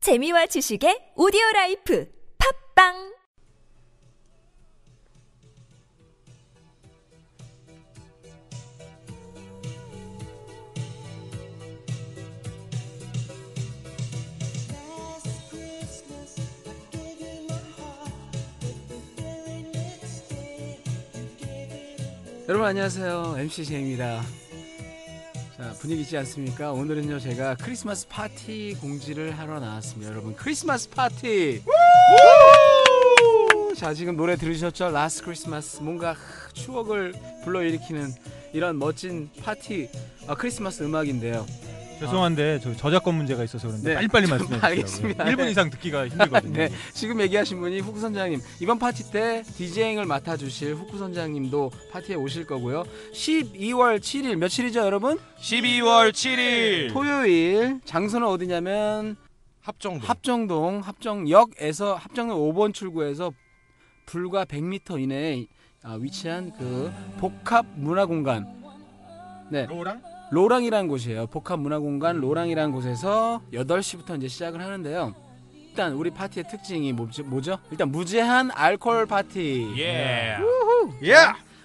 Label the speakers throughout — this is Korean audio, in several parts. Speaker 1: 재미와 지식의 오디오 라이프 팝빵
Speaker 2: Last Christmas, I gave you my heart but the very next day you gave it away.
Speaker 3: 여러분 안녕하세요. MC 제입니다. 자 분위기 있지 않습니까? 오늘은요 제가 크리스마스 파티 공지를 하러 나왔습니다. 여러분 크리스마스 파티. 우! 자 지금 노래 들으셨죠? 라스트 크리스마스 뭔가 하, 추억을 불러일으키는 이런 멋진 파티 아, 크리스마스 음악인데요.
Speaker 4: 죄송한데 저 저작권 문제가 있어서 그런데
Speaker 3: 네.
Speaker 4: 빨리빨리
Speaker 3: 좀
Speaker 4: 말씀해 주세요.
Speaker 3: 알겠습니다.
Speaker 4: 1분 이상 듣기가 힘들거든요.
Speaker 3: 네, 지금 얘기하신 분이 후쿠 선장님 이번 파티 때 디제잉을 맡아주실 후쿠 선장님도 파티에 오실 거고요. 12월 7일 며칠이죠 여러분?
Speaker 5: 12월 7일
Speaker 3: 토요일 장소는 어디냐면
Speaker 5: 합정
Speaker 3: 합정동 합정역에서 합정역 5번 출구에서 불과 100m 이내에 아, 위치한 그 복합 문화공간
Speaker 4: 로랑
Speaker 3: 로랑이라는 곳이에요. 복합 문화공간 로랑이라는 곳에서 8시부터 이제 시작을 하는데요. 일단 우리 파티의 특징이 뭐지- 뭐죠? 일단 무제한 알코올 파티.
Speaker 5: 예
Speaker 4: 예.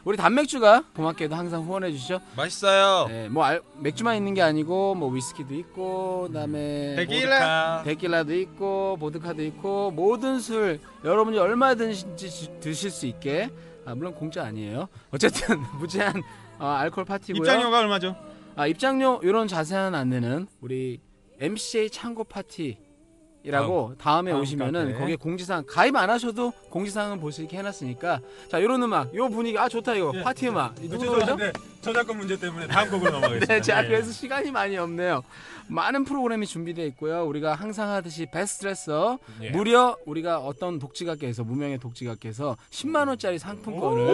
Speaker 3: 우리 단맥주가 고맙게도 항상 후원해 주시죠.
Speaker 5: 맛있어요
Speaker 3: 네, 뭐 알- 맥주만 있는 게 아니고 뭐 위스키도 있고 그다음에
Speaker 5: 네, 보드카.
Speaker 3: 데킬라도 있고 보드카도 있고 모든 술 여러분이 얼마든지 지- 드실 수 있게 아, 물론 공짜 아니에요. 어쨌든 무제한 어, 알코올 파티고요.
Speaker 4: 입장료가 얼마죠?
Speaker 3: 아 입장료 이런 자세한 안내는 우리 MCA 창고 파티라고 다음에
Speaker 4: 다음
Speaker 3: 오시면은
Speaker 4: 카페.
Speaker 3: 거기에 공지사항 가입 안 하셔도 공지사항은 보실 게 해놨으니까 자 이런 음악 요 분위기 아 좋다 이거
Speaker 4: 예,
Speaker 3: 파티 음악 이 누구 노래죠?
Speaker 4: 죄송한데 저작권 문제 때문에 다음 곡으로 넘어가겠습니다. 예.
Speaker 3: 네, 자 그래서 시간이 많이 없네요. 많은 프로그램이 준비되어 있고요. 우리가 항상 하듯이 베스트 레서
Speaker 5: 예.
Speaker 3: 무려 우리가 어떤 독지각께서 무명의 독지각께서 10만 원짜리 상품권을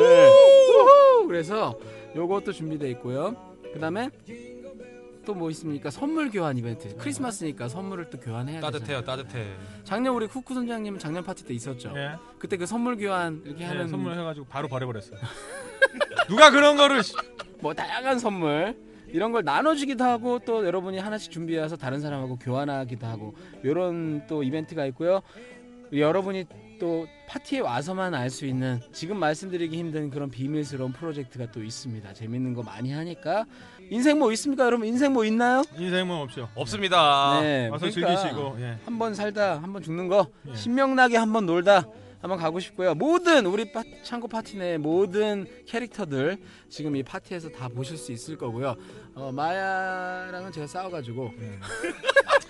Speaker 3: 우후! 그래서 요것도 준비되어 있고요. 그다음에 또 뭐 있습니까? 선물 교환 이벤트. 크리스마스니까 선물을 또 교환해야 되잖아요.
Speaker 5: 네. 따뜻해요 따뜻해
Speaker 3: 작년 우리 쿠쿠 선장님은 작년 파티 때 있었죠.
Speaker 4: 예.
Speaker 3: 그때 그 선물 교환 이렇게
Speaker 4: 예,
Speaker 3: 하는
Speaker 4: 선물해 가지고 바로 버려 버렸어요. 누가 그런 거를 씨-
Speaker 3: 뭐 다양한 선물 이런 걸 나눠주기도 하고 또 여러분이 하나씩 준비해서 다른 사람하고 교환하기도 하고 이런 또 이벤트가 있고요. 여러분이 또 파티에 와서만 알 수 있는 지금 말씀드리기 힘든 그런 비밀스러운 프로젝트가 또 있습니다. 재밌는 거 많이 하니까 인생 뭐 있습니까, 여러분? 인생 뭐 있나요?
Speaker 4: 인생은 없죠.
Speaker 5: 없습니다
Speaker 3: 네,
Speaker 4: 아, 와서
Speaker 3: 그러니까
Speaker 4: 즐기시고 예.
Speaker 3: 한번 살다 한 번 죽는 거
Speaker 4: 예.
Speaker 3: 신명나게 한 번 놀다 한번 가고 싶고요. 모든 우리 파- 창고 파티 내 모든 캐릭터들 지금 이 파티에서 다 보실 수 있을 거고요. 어, 마야랑은 제가 싸워가지고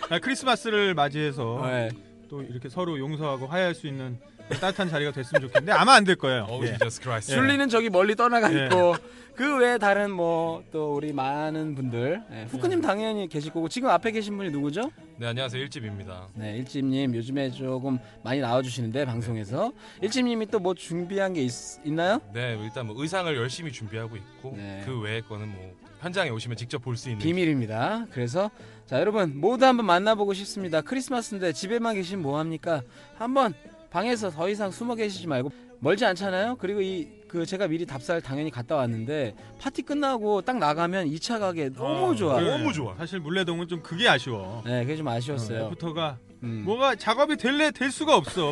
Speaker 4: 아, 크리스마스를 맞이해서
Speaker 3: 네.
Speaker 4: 또 이렇게 서로 용서하고 화해할 수 있는 따뜻한 자리가 됐으면 좋겠는데 아마 안 될 거예요.
Speaker 5: 어우
Speaker 3: 네.
Speaker 4: 예.
Speaker 5: 지저스 크라이스트
Speaker 3: 줄리는 저기 멀리 떠나가
Speaker 4: 예.
Speaker 3: 있고 그 외에 다른 뭐 또 우리 많은 분들 예, 후크님 당연히 계실 거고 지금 앞에 계신 분이 누구죠?
Speaker 5: 네 안녕하세요 일집입니다
Speaker 3: 네 일집님 요즘에 조금 많이 나와주시는데 방송에서 일집님이 또 뭐 준비한 게 있, 있나요?
Speaker 5: 네 일단 뭐 의상을 열심히 준비하고 있고
Speaker 3: 네.
Speaker 5: 그 외의 거는 뭐 현장에 오시면 직접 볼 수 있는
Speaker 3: 비밀입니다. 그래서 자 여러분 모두 한번 만나보고 싶습니다. 크리스마스인데 집에만 계시면 뭐 합니까? 한번 방에서 더 이상 숨어 계시지 말고 멀지 않잖아요. 그리고 이 그 제가 미리 답사를 당연히 갔다 왔는데 파티 끝나고 딱 나가면 2차 가게 너무
Speaker 4: 어,
Speaker 3: 좋아.
Speaker 4: 예.
Speaker 5: 너무 좋아.
Speaker 4: 사실 물레동은 좀 그게 아쉬워. 예,
Speaker 3: 네, 그게 좀 아쉬웠어요.
Speaker 4: 부터가
Speaker 3: 음.
Speaker 4: 뭐, 뭐가 작업이 될래 될 수가 없어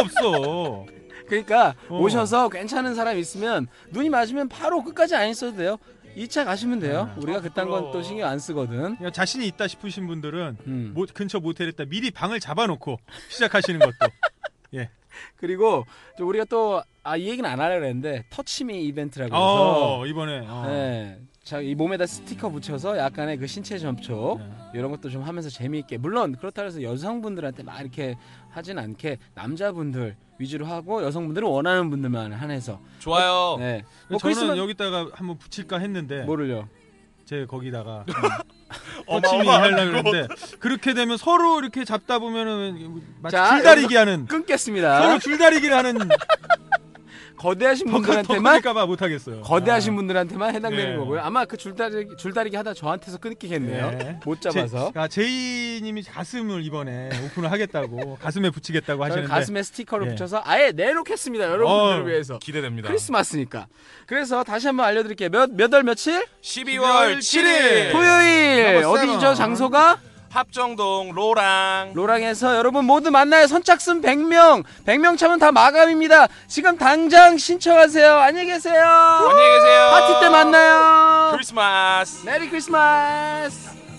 Speaker 4: 없어
Speaker 3: 그러니까
Speaker 4: 어.
Speaker 3: 오셔서 괜찮은 사람 있으면 눈이 맞으면 바로 끝까지 안 있어도 돼요. 2차 가시면 돼요.
Speaker 4: 음.
Speaker 3: 우리가
Speaker 4: 아,
Speaker 3: 그딴 건 또
Speaker 4: 부끄러워.
Speaker 3: 신경 안 쓰거든.
Speaker 4: 그냥 자신이 있다 싶으신 분들은
Speaker 3: 음.
Speaker 4: 모, 근처 모텔에다 미리 방을 잡아놓고 시작하시는 것도
Speaker 3: 그리고 또 우리가 또 아 이 얘기는 안 하려고 했는데 터치미 이벤트라고 해서
Speaker 4: 어 이번에 어.
Speaker 3: 네. 자, 이 몸에다 스티커 붙여서 약간의 그 신체 점촉
Speaker 4: 네.
Speaker 3: 이런 것도 좀 하면서 재미있게 물론 그렇다고 해서 여성분들한테 막 이렇게 하진 않게 남자분들 위주로 하고 여성분들은 원하는 분들만 한해서
Speaker 5: 좋아요
Speaker 3: 네.
Speaker 4: 어. 저는
Speaker 3: 뭐 크리스마스
Speaker 4: 여기다가 네. 한번 붙일까 했는데
Speaker 3: 뭐를요?
Speaker 4: 제 거기다가 터치미
Speaker 5: 어마어마한
Speaker 4: 하려고 그러는데 그렇게 되면 서로 이렇게 잡다 보면은 마치
Speaker 3: 자,
Speaker 4: 줄다리기 하는
Speaker 3: 끊겠습니다.
Speaker 4: 서로 줄다리기를 하는
Speaker 3: 거대하신 분들한테만
Speaker 4: 덕분일까봐 못하겠어요 아.
Speaker 3: 거대하신 분들한테만 해당되는
Speaker 4: 네.
Speaker 3: 거고요. 아마 그 줄다리기 줄다리기 하다 저한테서 끊기겠네요.
Speaker 4: 네.
Speaker 3: 못 잡아서.
Speaker 4: 제, 아, 제이님이 가슴을 이번에 오픈을 하겠다고 가슴에 붙이겠다고
Speaker 3: 저는
Speaker 4: 하시는데
Speaker 3: 가슴에 스티커를
Speaker 4: 예.
Speaker 3: 붙여서 아예 네. 내놓겠습니다. 여러분들을
Speaker 4: 어,
Speaker 3: 위해서.
Speaker 5: 기대됩니다
Speaker 3: 크리스마스니까. 그래서 다시 한번 알려드릴게요. 몇 몇 월 며칠? 예.
Speaker 5: 12월 7일
Speaker 3: 토요일
Speaker 4: 넘버
Speaker 3: 어디죠
Speaker 4: 세븐.
Speaker 3: 장소가
Speaker 5: 합정동 로랑
Speaker 3: 로랑에서 여러분 모두 만나요. 선착순 100명. 100명 차면 다 마감입니다. 지금 당장 신청하세요. 안녕히 계세요.
Speaker 5: 안녕히 계세요.
Speaker 3: 파티 때 만나요.
Speaker 5: 크리스마스.
Speaker 3: 메리 크리스마스.